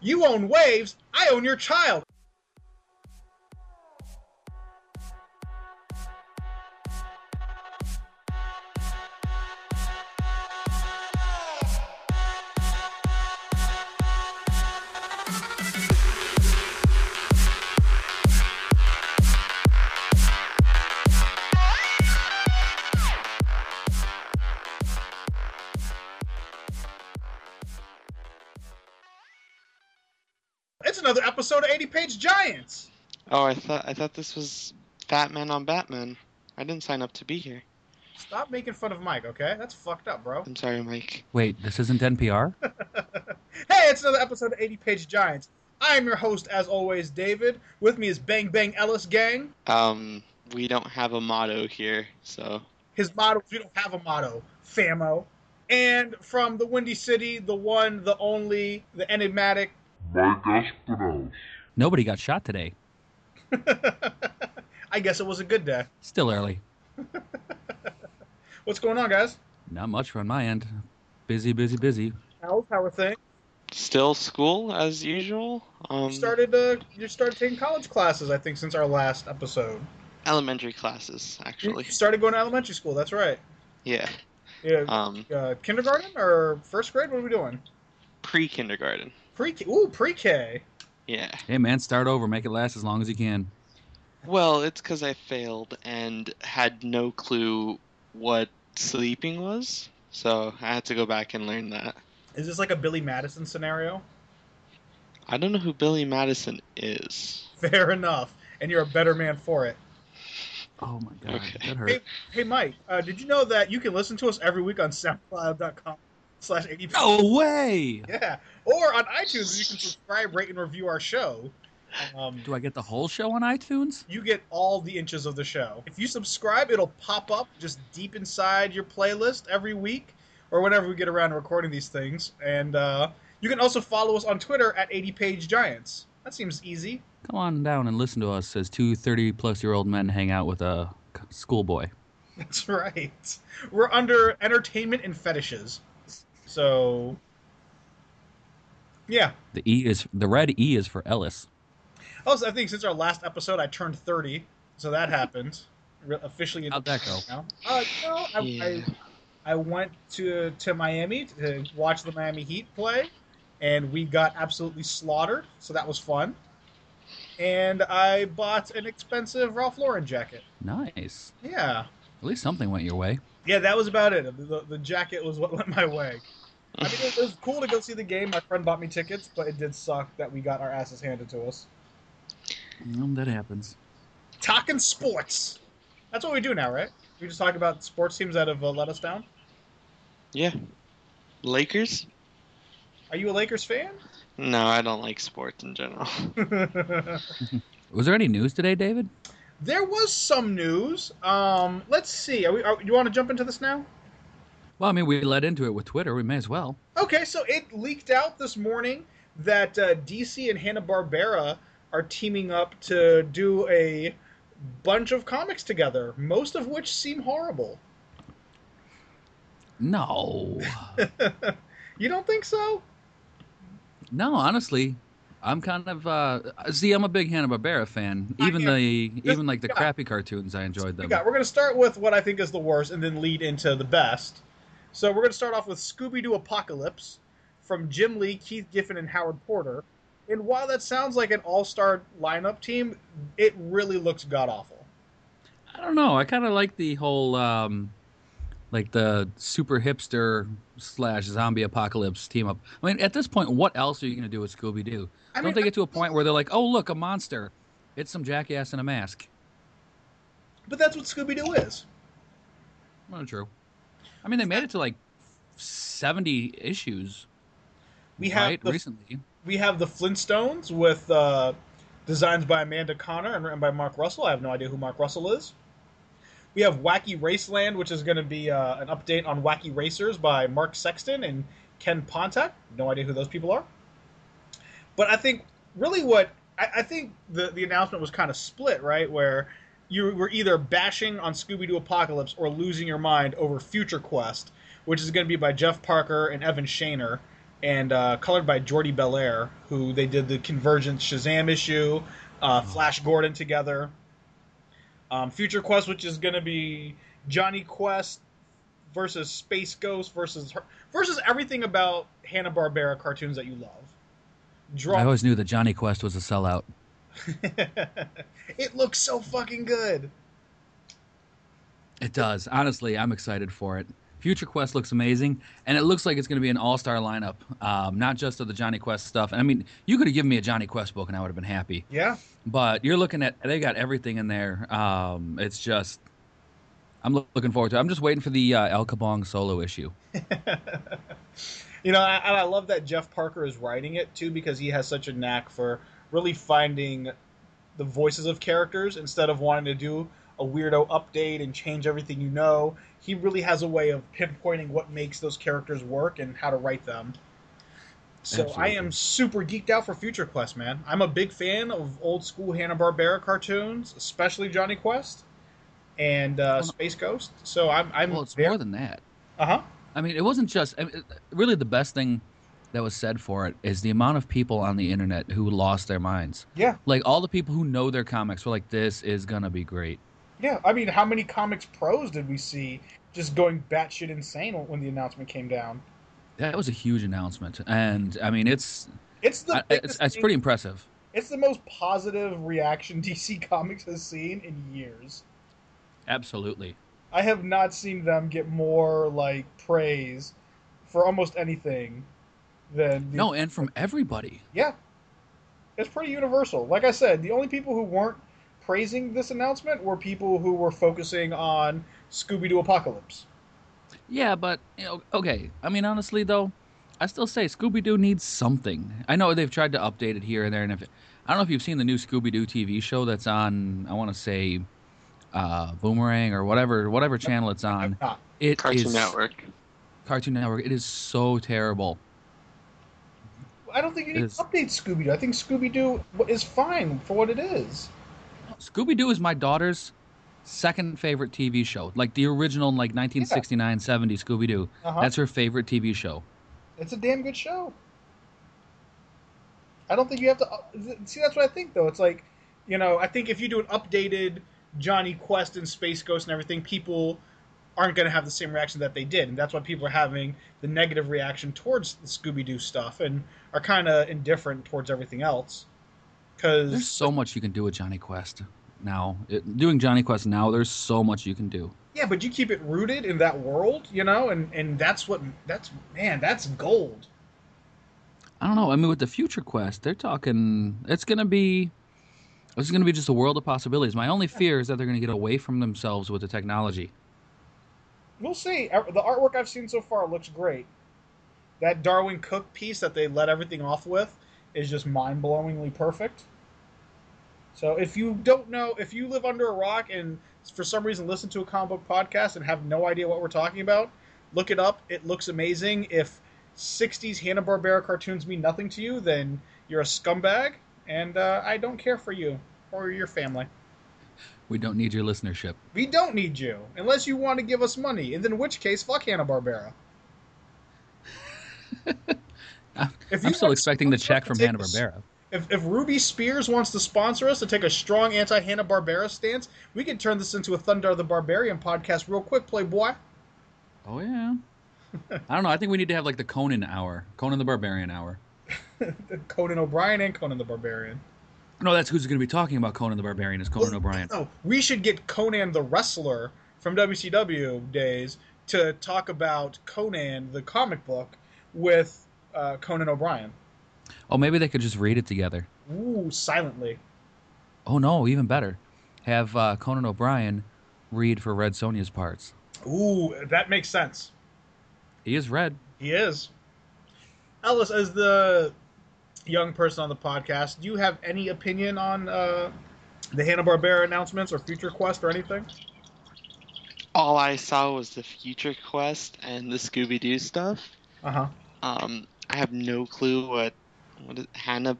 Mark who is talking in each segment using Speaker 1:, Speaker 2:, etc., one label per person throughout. Speaker 1: You own waves, I own your child. It's another episode of 80 Page Giants.
Speaker 2: Oh, I thought I thought this was Fat Man on Batman. I didn't sign up to be here.
Speaker 1: Stop making fun of Mike, okay? That's fucked up, bro.
Speaker 2: I'm sorry, Mike.
Speaker 3: Wait, this isn't NPR?
Speaker 1: hey, it's another episode of 80 Page Giants. I am your host, as always, David. With me is Bang Bang Ellis Gang.
Speaker 2: Um, we don't have a motto here, so
Speaker 1: His motto is We Don't Have a Motto, FAMO. And from the Windy City, the one, the only, the enigmatic.
Speaker 4: Mike Espinosa.
Speaker 3: Nobody got shot today.
Speaker 1: I guess it was a good day.
Speaker 3: Still early.
Speaker 1: What's going on, guys?
Speaker 3: Not much on my end. Busy, busy, busy.
Speaker 1: How's how are things?
Speaker 2: still school as usual. Um,
Speaker 1: You started uh, you started taking college classes, I think, since our last episode.
Speaker 2: elementary classes
Speaker 1: You
Speaker 2: actually.
Speaker 1: started going to elementary school. That's right.
Speaker 2: Yeah.
Speaker 1: Yeah,
Speaker 2: Um,
Speaker 1: uh, kindergarten or first grade? What are we doing?
Speaker 2: pre-kindergarten.
Speaker 1: Pre K. Ooh, pre K.
Speaker 2: Yeah.
Speaker 3: Hey, man, start over. Make it last as long as you can.
Speaker 2: Well, it's because I failed and had no clue what sleeping was, so I had to go back and learn that.
Speaker 1: Is this like a Billy Madison scenario?
Speaker 2: I don't know who Billy Madison is.
Speaker 1: Fair enough. And you're a better man for it.
Speaker 3: Oh, my God.
Speaker 2: Okay.
Speaker 3: That hurt.
Speaker 1: Hey, Mike, uh, did you know that you can listen to us every week on SoundCloud.com slash 80
Speaker 3: No way!
Speaker 1: Yeah. Or on iTunes, you can subscribe, rate, and review our show. Um,
Speaker 3: Do I get the whole show on iTunes?
Speaker 1: you get all the inches of the show. If you subscribe, it'll pop up just deep inside your playlist every week or whenever we get around to recording these things. And uh, you can also follow us on Twitter at 80 Page Giants. That seems easy.
Speaker 3: Come on down and listen to us as two 30 plus year old men hang out with a c- schoolboy.
Speaker 1: That's right. We're under entertainment and fetishes. So, yeah.
Speaker 3: The E is the red E is for Ellis.
Speaker 1: Also, I think since our last episode, I turned 30, so that happened. Re- officially, in
Speaker 3: How'd that go?
Speaker 1: now. Uh, no, I,
Speaker 2: Yeah.
Speaker 1: I, I went to to Miami to watch the Miami Heat play, and we got absolutely slaughtered. So that was fun. And I bought an expensive Ralph Lauren jacket.
Speaker 3: Nice.
Speaker 1: Yeah,
Speaker 3: At least something went your way.
Speaker 1: yeah, that was about it. The, the jacket was what went my way. I mean, it, it was cool to go see the game. My friend bought me tickets, but it did suck that we got our asses handed to us.
Speaker 3: Well, Mm, that happens.
Speaker 1: talking sports. That's what we do now, right? We just talk about sports teams that have uh, let us down.
Speaker 2: Yeah. Lakers?
Speaker 1: Are you a Lakers fan?
Speaker 2: No, I don't like sports in general.
Speaker 3: Was there any news today, David?
Speaker 1: there was some news. Um, let's see. Are we? Are, you want to jump into this now?
Speaker 3: Well, I mean, we led into it with Twitter. We may as well.
Speaker 1: Okay, so it leaked out this morning that uh, DC and Hanna Barbera are teaming up to do a bunch of comics together, most of which seem horrible.
Speaker 3: No.
Speaker 1: you don't think so?
Speaker 3: No, honestly, I'm kind of uh see. I'm a big Hanna Barbera fan.
Speaker 1: I
Speaker 3: Even
Speaker 1: am.
Speaker 3: the
Speaker 1: This-
Speaker 3: even like the
Speaker 1: yeah.
Speaker 3: crappy cartoons, I enjoyed
Speaker 1: we
Speaker 3: them.
Speaker 1: got? We're going to start with what I think is the worst and then lead into the best. So we're going to start off with Scooby Doo Apocalypse from Jim Lee, Keith Giffen, and Howard Porter. And while that sounds like an all star lineup team, it really looks god awful.
Speaker 3: I don't know. I kind of like the whole um like the super hipster slash zombie apocalypse team up. I mean, at this point, what else are you gonna do with Scooby Doo?
Speaker 1: I
Speaker 3: don't they get to a point where they're like, oh look, a monster. It's some jackass in a mask.
Speaker 1: But that's what Scooby Doo is.
Speaker 3: Not true. I mean, they made it to like 70 issues.
Speaker 1: We have
Speaker 3: right
Speaker 1: the-
Speaker 3: recently.
Speaker 1: We have the Flintstones with uh, designs by Amanda Connor and written by Mark Russell. I have no idea who Mark Russell is. We have Wacky Raceland, which is going to be uh, an update on Wacky Racers by Mark Sexton and Ken Pontac. No idea who those people are. But I think really what I, I think the the announcement was kind of split, right? Where you were either bashing on Scooby Doo Apocalypse or losing your mind over Future Quest, which is going to be by Jeff Parker and Evan Shaner, and uh, colored by Jordi Belair, who they did the Convergence Shazam issue, uh, Flash Gordon together. Um, Future Quest, which is going to be Johnny Quest versus Space Ghost versus her, versus everything about Hanna Barbera cartoons that you love.
Speaker 3: I
Speaker 1: Draw.
Speaker 3: always knew that Johnny Quest was a sellout.
Speaker 1: it looks so fucking good.
Speaker 3: It does. Honestly, I'm excited for it. Future Quest looks amazing, and it looks like it's going to be an all-star lineup, um, not just of the Johnny Quest stuff. And I mean, you could have given me a Johnny Quest book, and I would have been happy.
Speaker 1: Yeah.
Speaker 3: But you're looking at they got everything in there. Um, it's just, I'm loo- looking forward to. it. I'm just waiting for the uh, El Kabong solo issue.
Speaker 1: you know, I- and I love that Jeff Parker is writing it too because he has such a knack for really finding the voices of characters instead of wanting to do a weirdo update and change everything you know. He really has a way of pinpointing what makes those characters work and how to write them. So I
Speaker 3: Absolutely.
Speaker 1: am super geeked out for Future Quest, man. I'm a big fan of old school Hanna Barbera cartoons, especially Johnny Quest and uh,
Speaker 3: Well,
Speaker 1: Space Ghost. So I'm, I'm
Speaker 3: Well, it's
Speaker 1: very-
Speaker 3: more than that.
Speaker 1: uh-huh.
Speaker 3: I mean, it wasn't just. I mean, it- really, the best thing that was said for it is the amount of people on the internet who lost their minds.
Speaker 1: Yeah.
Speaker 3: Like all the people who know their comics were like, "This is gonna be great."
Speaker 1: Yeah, I mean, how many comics pros did we see just going batshit insane when the announcement came down?
Speaker 3: That was a huge announcement, and I mean, it's
Speaker 1: It's the
Speaker 3: I- it's,
Speaker 1: biggest
Speaker 3: it's
Speaker 1: thing-
Speaker 3: pretty impressive.
Speaker 1: It's the most positive reaction DC Comics has seen in years.
Speaker 3: Absolutely.
Speaker 1: I have not seen them get more like praise for almost anything than the,
Speaker 3: No, and from everybody.
Speaker 1: Yeah, it's pretty universal. Like I said, the only people who weren't praising this announcement were people who were focusing on Scooby Doo Apocalypse.
Speaker 3: Yeah, but you know, okay. I mean, honestly though, I still say Scooby Doo needs something. I know they've tried to update it here and there, and if I don't know if you've seen the new Scooby Doo TV show that's on, I want to say, uh, Boomerang or whatever whatever channel it's on.
Speaker 1: Not.
Speaker 3: It
Speaker 2: Cartoon
Speaker 3: is-
Speaker 2: Network.
Speaker 3: Cartoon Network. It is so terrible.
Speaker 1: I don't think you need
Speaker 3: Is-
Speaker 1: to update Scooby Doo. I think Scooby Doo is fine for what it is.
Speaker 3: Scooby Doo is my daughter's second favorite TV show. Like the original, like 1969, 70 Scooby Doo.
Speaker 1: Uh-huh.
Speaker 3: That's her favorite TV show.
Speaker 1: It's a damn good show. I don't think you have to uh, see. That's what I think, though. It's like, you know, I think if you do an updated Johnny Quest and Space Ghost and everything, people aren't going to have the same reaction that they did, and that's why people are having the negative reaction towards the Scooby Doo stuff and are kind of indifferent towards everything else.
Speaker 3: There's
Speaker 1: Because
Speaker 3: so much you can do with Johnny Quest now. It, doing Johnny Quest now, there's so much you can do.
Speaker 1: yeah, but you keep it rooted in that world, you know, and and that's what that's man, that's gold.
Speaker 3: I don't know. I mean, with the Future Quest, they're talking. It's gonna be. It's gonna be just a world of possibilities. My only fear is that they're gonna get away from themselves with the technology.
Speaker 1: We'll see. Uh, The artwork I've seen so far looks great. That Darwin Cook piece that they let everything off with is just mind blowingly perfect. So if you don't know, if you live under a rock and for some reason listen to a comic book podcast and have no idea what we're talking about, look it up. It looks amazing. If 60s Hanna Barbera cartoons mean nothing to you, then you're a scumbag, and uh, I don't care for you or your family.
Speaker 3: We don't need your listenership.
Speaker 1: We don't need you unless you want to give us money, and in which case, fuck Hanna Barbera. If you
Speaker 3: I'm still
Speaker 1: want
Speaker 3: expecting the
Speaker 1: sponsors
Speaker 3: check
Speaker 1: to
Speaker 3: from
Speaker 1: take
Speaker 3: Hanna
Speaker 1: us-
Speaker 3: Barbera.
Speaker 1: If, if Ruby Spears wants to sponsor us to take a strong anti Hanna Barbera stance, we could turn this into a Thunder of the Barbarian podcast real quick, Playboy.
Speaker 3: Oh yeah. I don't know. I think we need to have like the Conan hour, Conan the Barbarian hour.
Speaker 1: Conan O'Brien and Conan the Barbarian.
Speaker 3: No, that's who's going to be talking about Conan the Barbarian is Conan
Speaker 1: Well,
Speaker 3: O'Brien.
Speaker 1: No, Oh, we should get Conan the Wrestler from WCW days to talk about Conan the comic book with uh, Conan O'Brien.
Speaker 3: Oh, maybe they could just read it together.
Speaker 1: Ooh, silently.
Speaker 3: Oh no, even better. Have uh, Conan O'Brien read for Red Sonja's parts.
Speaker 1: Ooh, that makes sense.
Speaker 3: He is red.
Speaker 1: He is. Ellis, as the young person on the podcast, do you have any opinion on uh, the Hanna Barbera announcements or Future Quest or anything?
Speaker 2: All I saw was the Future Quest and the Scooby Doo stuff.
Speaker 1: Uh huh.
Speaker 2: Um, I have no clue what what is Hanna.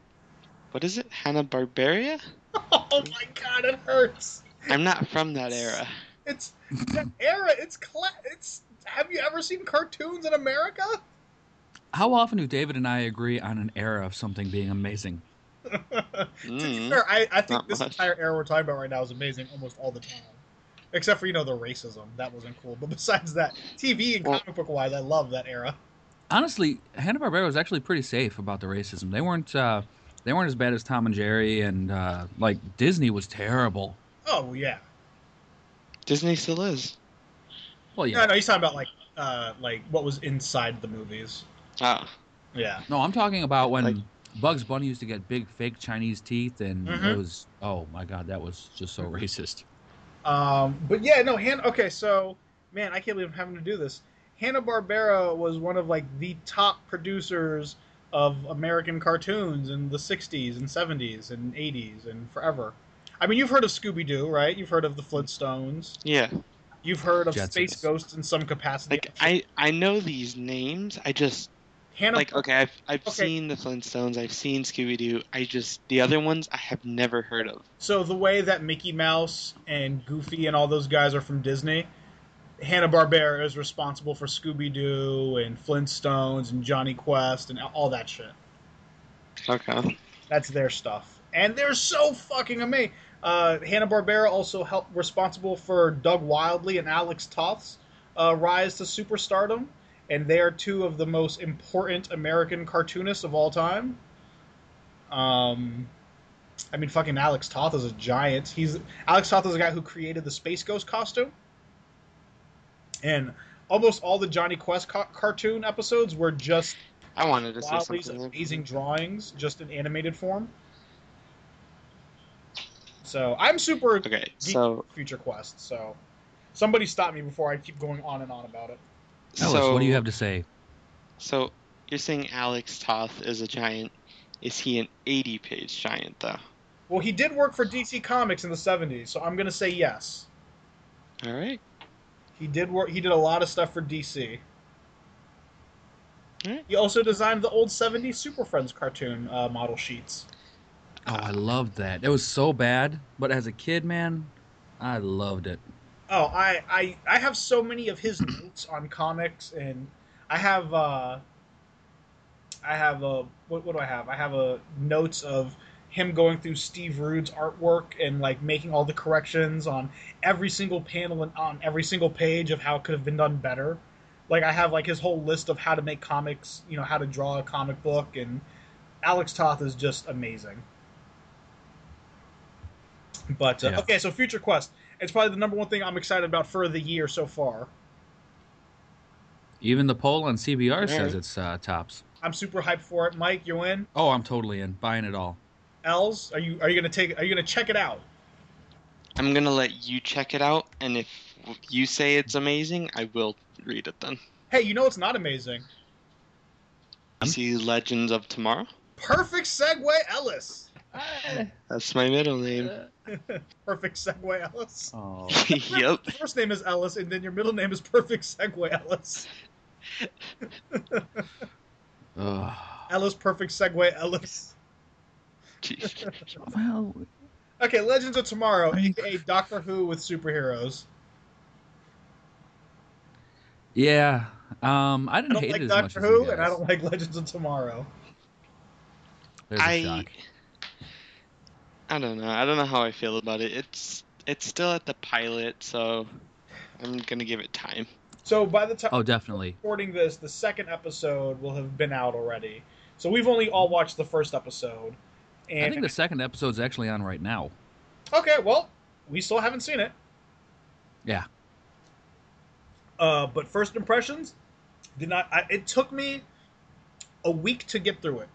Speaker 2: What is it? Hanna Barbaria?
Speaker 1: Oh my god, it hurts.
Speaker 2: I'm not from that era.
Speaker 1: It's that era. It's cla- It's. Have you ever seen cartoons in America?
Speaker 3: How often do David and I agree on an era of something being amazing?
Speaker 1: To be
Speaker 2: Mm.
Speaker 1: fair, I, I think
Speaker 2: Not
Speaker 1: this
Speaker 2: much.
Speaker 1: entire era we're talking about right now is amazing almost all the time. Except for, you know, the racism. That wasn't cool. But besides that, TV and
Speaker 2: Well-
Speaker 1: comic book wise, I love that era.
Speaker 3: Honestly, Hanna Barbera was actually pretty safe about the racism. They weren't uh, they weren't as bad as Tom and Jerry, and uh, like Disney was terrible.
Speaker 1: Oh, yeah.
Speaker 2: Disney still is.
Speaker 3: Well,
Speaker 1: No,
Speaker 3: yeah.
Speaker 1: no, he's talking about, like, uh, like what was inside the movies.
Speaker 2: Ah,
Speaker 1: Yeah.
Speaker 3: No, I'm talking about when
Speaker 2: Like-
Speaker 3: Bugs Bunny used to get big fake Chinese teeth, and
Speaker 1: Mhm.
Speaker 3: it was oh my god, that was just so racist.
Speaker 1: Um, but yeah, no, Han. Okay, so man, I can't believe I'm having to do this. Hanna Barbera was one of like the top producers of American cartoons in the '60s and '70s and '80s and forever. I mean, you've heard of Scooby Doo, right? You've heard of the Flintstones.
Speaker 2: yeah.
Speaker 1: You've heard of
Speaker 3: Jetsons.
Speaker 1: Space Ghosts in some capacity.
Speaker 2: Like I, I know these names. I just
Speaker 1: Hanna,
Speaker 2: like okay. I've I've
Speaker 1: Okay.
Speaker 2: seen the Flintstones. I've seen Scooby Doo. I just the other ones I have never heard of.
Speaker 1: So the way that Mickey Mouse and Goofy and all those guys are from Disney, Hanna Barbera is responsible for Scooby Doo and Flintstones and Johnny Quest and all that shit.
Speaker 2: Okay.
Speaker 1: That's their stuff, and they're so fucking amazing. Uh, Hanna Barbera also helped responsible for Doug Wildley and Alex Toth's uh, rise to superstardom, and they are two of the most important American cartoonists of all time. Um, I mean, fucking Alex Toth is a giant. He's Alex Toth is the guy who created the Space Ghost costume, and almost all the Johnny Quest ca- cartoon episodes were just
Speaker 2: I wanted to say
Speaker 1: Wildley's
Speaker 2: something.
Speaker 1: amazing drawings, just in animated form. So I'm super geeked
Speaker 2: Okay, so
Speaker 1: for Future Quest. So somebody stop me before I keep going on and on about it.
Speaker 3: Ellis,
Speaker 2: so
Speaker 3: what do you have to say?
Speaker 2: so you're saying Alex Toth is a giant? Is he an 80-page giant though?
Speaker 1: Well, he did work for DC Comics in the '70s, so I'm gonna say yes.
Speaker 2: All right.
Speaker 1: He did work. He did a lot of stuff for DC.
Speaker 2: Alright.
Speaker 1: He also designed the old '70s Super Friends cartoon uh, model sheets.
Speaker 3: Oh, I loved that. It was so bad, but as a kid, man, I loved it.
Speaker 1: Oh, I, I I have so many of his notes on comics, and I have uh, I have a what, what do I have? I have a notes of him going through Steve Rude's artwork and like making all the corrections on every single panel and on every single page of how it could have been done better. Like I have like his whole list of how to make comics, you know, how to draw a comic book, and Alex Toth is just amazing. But uh,
Speaker 3: Yeah.
Speaker 1: okay, so Future Quest. It's probably the number one thing I'm excited about for the year so far.
Speaker 3: Even the poll on CBR says
Speaker 2: Alright.
Speaker 3: it's uh, tops.
Speaker 1: I'm super hyped for it. Mike, you in?
Speaker 3: Oh, I'm totally in, buying it all.
Speaker 1: Els, are you are you gonna take? Are you gonna check it out?
Speaker 2: I'm gonna let you check it out, and if you say it's amazing, I will read it then.
Speaker 1: Hey, you know it's not amazing.
Speaker 2: You see Legends of Tomorrow?
Speaker 1: Perfect segue, Ellis.
Speaker 2: That's my middle name.
Speaker 1: Perfect segue, Ellis.
Speaker 3: Oh,
Speaker 2: yep.
Speaker 1: Your First name is Ellis, and then your middle name is Perfect Segue Ellis.
Speaker 3: Ugh.
Speaker 1: Ellis, Perfect Segue Ellis.
Speaker 2: Jeez.
Speaker 3: well,
Speaker 1: Okay, Legends of Tomorrow,
Speaker 3: I mean-
Speaker 1: aka Doctor Who with superheroes.
Speaker 3: yeah. Um, I
Speaker 1: I
Speaker 3: didn't
Speaker 1: don't
Speaker 3: hate it
Speaker 1: like
Speaker 3: as
Speaker 1: Doctor
Speaker 3: much as you
Speaker 1: Who, and I
Speaker 3: guys.
Speaker 1: don't like Legends of Tomorrow.
Speaker 3: There's a
Speaker 2: I
Speaker 3: shock.
Speaker 2: I don't know. I don't know how I feel about it. It's it's still at the pilot, so I'm gonna give it time.
Speaker 1: So by the time
Speaker 3: Oh, definitely.
Speaker 1: recording this, the second episode will have been out already. So we've only all watched the first episode.
Speaker 3: I
Speaker 1: And
Speaker 3: think the second episode's actually on right now.
Speaker 1: okay, well, we still haven't seen it.
Speaker 3: Yeah.
Speaker 1: Uh, but first impressions did not. I, it took me a week to get through it.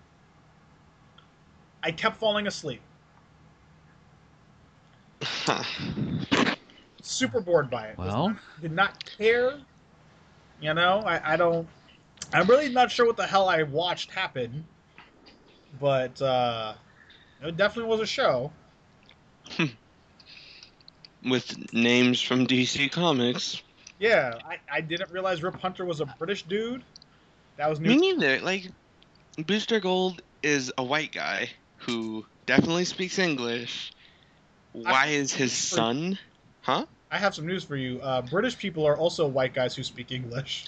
Speaker 1: I kept falling asleep. Super bored by it. Was
Speaker 3: Well.
Speaker 1: not- did not care. You know, I, I don't. I'm really not sure what the hell I watched happen, but uh, it definitely was a show.
Speaker 2: With names from DC Comics.
Speaker 1: Yeah, I, I didn't realize Rip Hunter was a British dude. That was
Speaker 2: Me
Speaker 1: new.
Speaker 2: neither. Like Booster Gold is a white guy who definitely speaks English. Why is his son? Huh?
Speaker 1: I have some news for you. Uh, British people are also white guys who speak English.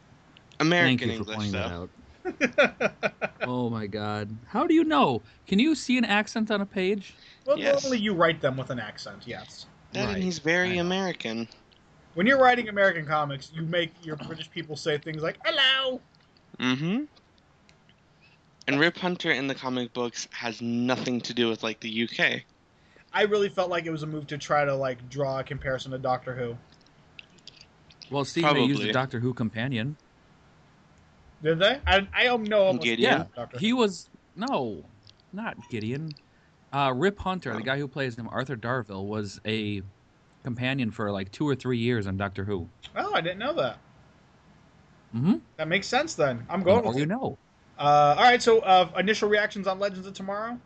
Speaker 2: American
Speaker 3: Thank you for
Speaker 2: English
Speaker 3: pointing
Speaker 2: though.
Speaker 3: that out. Oh my god. How do you know? Can you see an accent on a page?
Speaker 1: well,
Speaker 2: Yes.
Speaker 1: normally you write them with an accent. Yes.
Speaker 2: That
Speaker 3: Right,
Speaker 2: and he's
Speaker 3: I
Speaker 2: very
Speaker 3: know.
Speaker 2: American.
Speaker 1: When you're writing American comics, you make your British people say things like "hello."
Speaker 2: Mm-hmm. And Rip Hunter in the comic books has nothing to do with like the UK.
Speaker 1: I really felt like it was a move to try to like draw a comparison to Doctor Who.
Speaker 3: Well, see, they used the
Speaker 2: Probably.
Speaker 3: Doctor Who companion.
Speaker 1: Did they? I I don't know. almost
Speaker 2: Gideon?
Speaker 1: nothing about Doctor
Speaker 3: He
Speaker 1: Who.
Speaker 3: was no, not Gideon. Uh, Rip Hunter, the guy who plays him, Arthur Darville, was a companion for like two or three years on Doctor Who.
Speaker 1: Oh, I didn't know that.
Speaker 3: Mm-hmm.
Speaker 1: That makes sense then. I'm going with
Speaker 3: you
Speaker 1: it.
Speaker 3: know.
Speaker 1: Uh, all right. So uh, initial reactions on Legends of Tomorrow.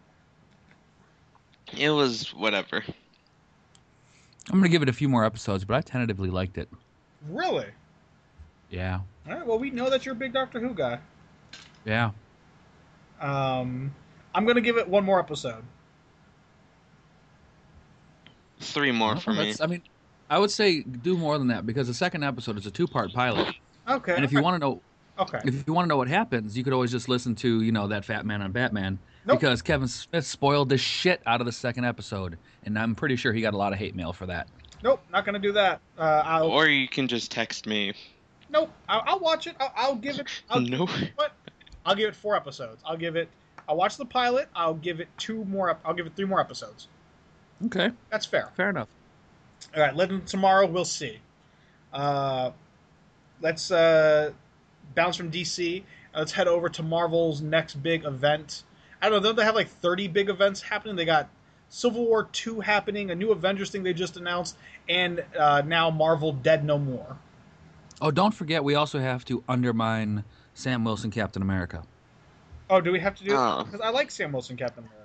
Speaker 2: It was whatever.
Speaker 3: I'm gonna give it a few more episodes, but I tentatively liked it.
Speaker 1: Really?
Speaker 3: Yeah,
Speaker 1: All right. Well, we know that you're a big Doctor Who guy.
Speaker 3: yeah.
Speaker 1: Um, I'm gonna give it one more episode.
Speaker 2: Three more
Speaker 3: No,
Speaker 2: for me.
Speaker 3: that's- I mean, I would say do more than that because the second episode is a two-part pilot,
Speaker 1: Okay.
Speaker 3: and if you want to know,
Speaker 1: okay.
Speaker 3: if you want to know what happens, you could always just listen to you know that Fat Man on Batman
Speaker 1: Nope.
Speaker 3: because Kevin Smith spoiled the shit out of the second episode, and I'm pretty sure he got a lot of hate mail for that.
Speaker 1: Nope. Not gonna do that. Uh, I'll.
Speaker 2: Or you can just text me.
Speaker 1: nope. I'll, I'll watch it. I'll, I'll give it. I'll,
Speaker 2: No.
Speaker 1: I'll give it four episodes. I'll give it. I'll watch the pilot. I'll give it two more. ep- I'll give it three more episodes.
Speaker 3: Okay,
Speaker 1: That's fair.
Speaker 3: fair enough.
Speaker 1: All right, Legend of Tomorrow, we'll see. Uh, let's uh, bounce from DC. and Let's head over to Marvel's next big event. I don't know. Don't they have like 30 big events happening? They got Civil War 2 happening, a new Avengers thing they just announced, and uh, now Marvel Dead No More.
Speaker 3: Oh, don't forget, we also have to undermine Sam Wilson, Captain America.
Speaker 1: Oh, do we have to do
Speaker 2: Oh.
Speaker 1: Because I like Sam Wilson, Captain America.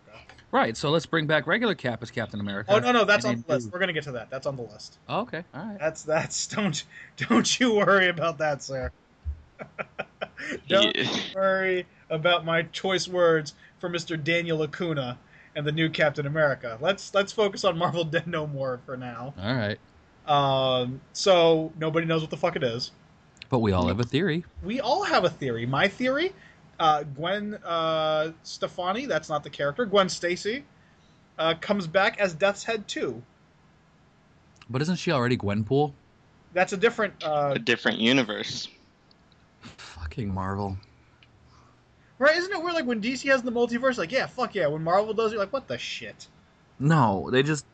Speaker 3: Right, so let's bring back regular Cap as Captain America.
Speaker 1: Oh, no, no, that's on
Speaker 3: And then
Speaker 1: the list.
Speaker 3: do-
Speaker 1: We're going to get to that. That's on the list.
Speaker 3: Oh, okay, all right.
Speaker 1: That's, that's, don't, don't you worry about that, sir. Don't-
Speaker 2: Yeah.
Speaker 1: worry about my choice words for Mr. Daniel Acuna and the new Captain America. Let's let's focus on Marvel Dead No More for now.
Speaker 3: All right.
Speaker 1: Um, so nobody knows what the fuck it is.
Speaker 3: But we all have a theory.
Speaker 1: We all have a theory. My theory, uh, Gwen uh, Stefani, that's not the character. Gwen Stacy uh, comes back as Death's Head two.
Speaker 3: But isn't she already Gwenpool?
Speaker 1: That's a different. Uh,
Speaker 2: A different universe.
Speaker 3: Fucking Marvel.
Speaker 1: right? Isn't it weird? Like when DC has the multiverse, like yeah, fuck yeah. When Marvel does, it, you're like, what the shit?
Speaker 3: No, they just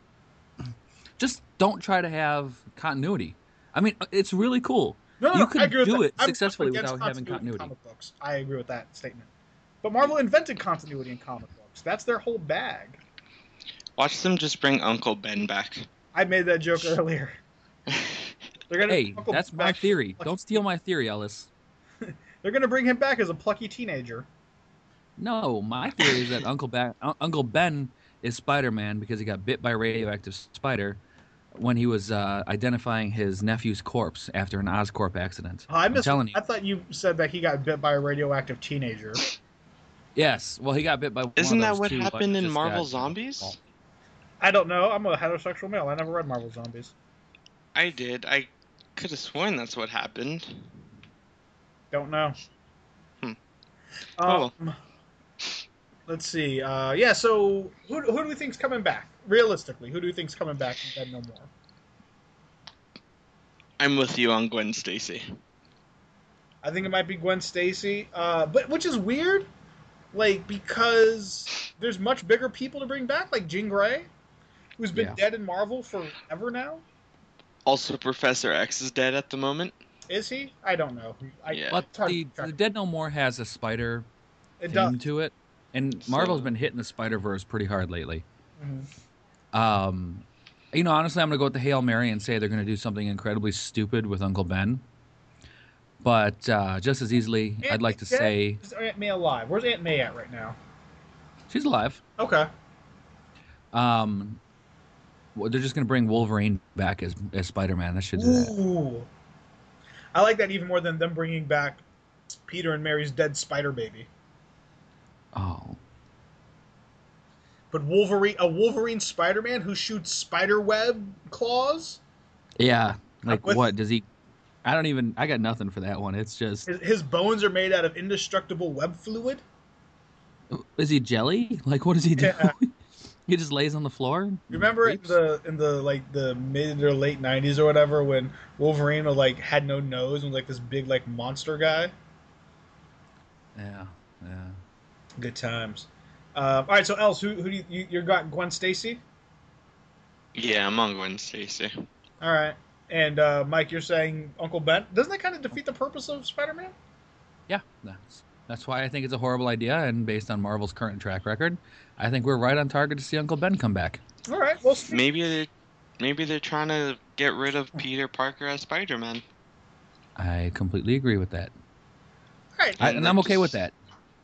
Speaker 3: just don't try to have continuity. I mean, it's really cool.
Speaker 1: No, no,
Speaker 3: You
Speaker 1: no,
Speaker 3: could
Speaker 1: I agree with
Speaker 3: do
Speaker 1: that.
Speaker 3: it
Speaker 1: I'm- I'm
Speaker 3: successfully
Speaker 1: against
Speaker 3: without having
Speaker 1: in
Speaker 3: continuity.
Speaker 1: Comic books. I agree with that statement. But Marvel invented continuity in comic books. That's their whole bag.
Speaker 2: Watch them just bring Uncle Ben back.
Speaker 1: I made that joke earlier. They're gonna
Speaker 3: Hey,
Speaker 1: Uncle
Speaker 3: that's my
Speaker 1: Buck-
Speaker 3: theory. Don't steal my theory, Ellis.
Speaker 1: They're gonna bring him back as a plucky teenager.
Speaker 3: No, my theory is that Uncle Ben, Uncle Ben is Spider-Man because he got bit by a radioactive spider when he was uh, identifying his nephew's corpse after an Oscorp accident.
Speaker 1: Oh, I
Speaker 3: I'm
Speaker 1: missed.
Speaker 3: telling you.
Speaker 1: I thought you said that he got bit by a radioactive teenager.
Speaker 3: Yes, well, he got bit by. one of
Speaker 2: Isn't that
Speaker 3: those
Speaker 2: what
Speaker 3: two, but
Speaker 2: happened in
Speaker 3: just
Speaker 2: Marvel
Speaker 3: got-
Speaker 2: Zombies?
Speaker 1: I don't know. I'm a heterosexual male. I never read Marvel Zombies.
Speaker 2: I did. I could have sworn that's what happened.
Speaker 1: Don't know.
Speaker 2: Hmm.
Speaker 1: Um, Let's see. Uh, yeah. So who, who do we think's coming back? Realistically, who do you think's coming back? from Dead No More.
Speaker 2: I'm with you on Gwen Stacy.
Speaker 1: I think it might be Gwen Stacy. Uh, but which is weird, like because there's much bigger people to bring back, like Jean Grey, who's been
Speaker 3: Yeah.
Speaker 1: dead in Marvel forever now.
Speaker 2: Also, Professor X is dead at the moment.
Speaker 1: Is he? I don't know. I,
Speaker 2: Yeah.
Speaker 3: But
Speaker 1: Sorry,
Speaker 3: the,
Speaker 1: sorry.
Speaker 3: the Dead No More has a spider
Speaker 1: it does.
Speaker 3: theme to it, and
Speaker 2: So-
Speaker 3: Marvel's been hitting the Spider Verse pretty hard lately.
Speaker 1: Mhm.
Speaker 3: Um, you know, honestly, I'm gonna go with the Hail Mary and say they're gonna do something incredibly stupid with Uncle Ben. But uh, just as easily, I'd like to
Speaker 1: Aunt May
Speaker 3: say
Speaker 1: dead? Is Aunt May alive? Where's Aunt May at right now?
Speaker 3: she's alive.
Speaker 1: Okay.
Speaker 3: Um, well, they're just gonna bring Wolverine back as as Spider Man. That should do that.
Speaker 1: Ooh. I like that even more than them bringing back Peter and Mary's dead spider baby.
Speaker 3: Oh,
Speaker 1: But Wolverine, a Wolverine Spider-Man who shoots spider web claws.
Speaker 3: yeah. Like
Speaker 1: with-
Speaker 3: what does he? I don't even. I got nothing for that one. It's just.
Speaker 1: His, his bones are made out of indestructible web fluid.
Speaker 3: Is he jelly? Like, what does he do?
Speaker 1: Yeah.
Speaker 3: he just lays on the floor. and
Speaker 1: Remember in
Speaker 3: sleeps?
Speaker 1: the in the like the mid or late '90s or whatever when Wolverine like had no nose and was like this big like monster guy.
Speaker 3: Yeah. Yeah.
Speaker 1: Good times. Um, all right, so else who who do you, you you got Gwen Stacy?
Speaker 2: Yeah, I'm on Gwen Stacy.
Speaker 1: All right, and uh, Mike, you're saying Uncle Ben? Doesn't that kind of defeat the purpose of Spider-Man?
Speaker 3: Yeah. That's that's why I think it's a horrible idea, and based on Marvel's current track record, I think we're right on target to see Uncle Ben come back.
Speaker 1: All right, well, speak-
Speaker 2: Maybe they're, maybe they're trying to get rid of Peter Parker as Spider-Man.
Speaker 3: I completely agree with that,
Speaker 1: all right.
Speaker 3: I,
Speaker 2: And
Speaker 3: and I'm
Speaker 2: that's-
Speaker 3: okay with that.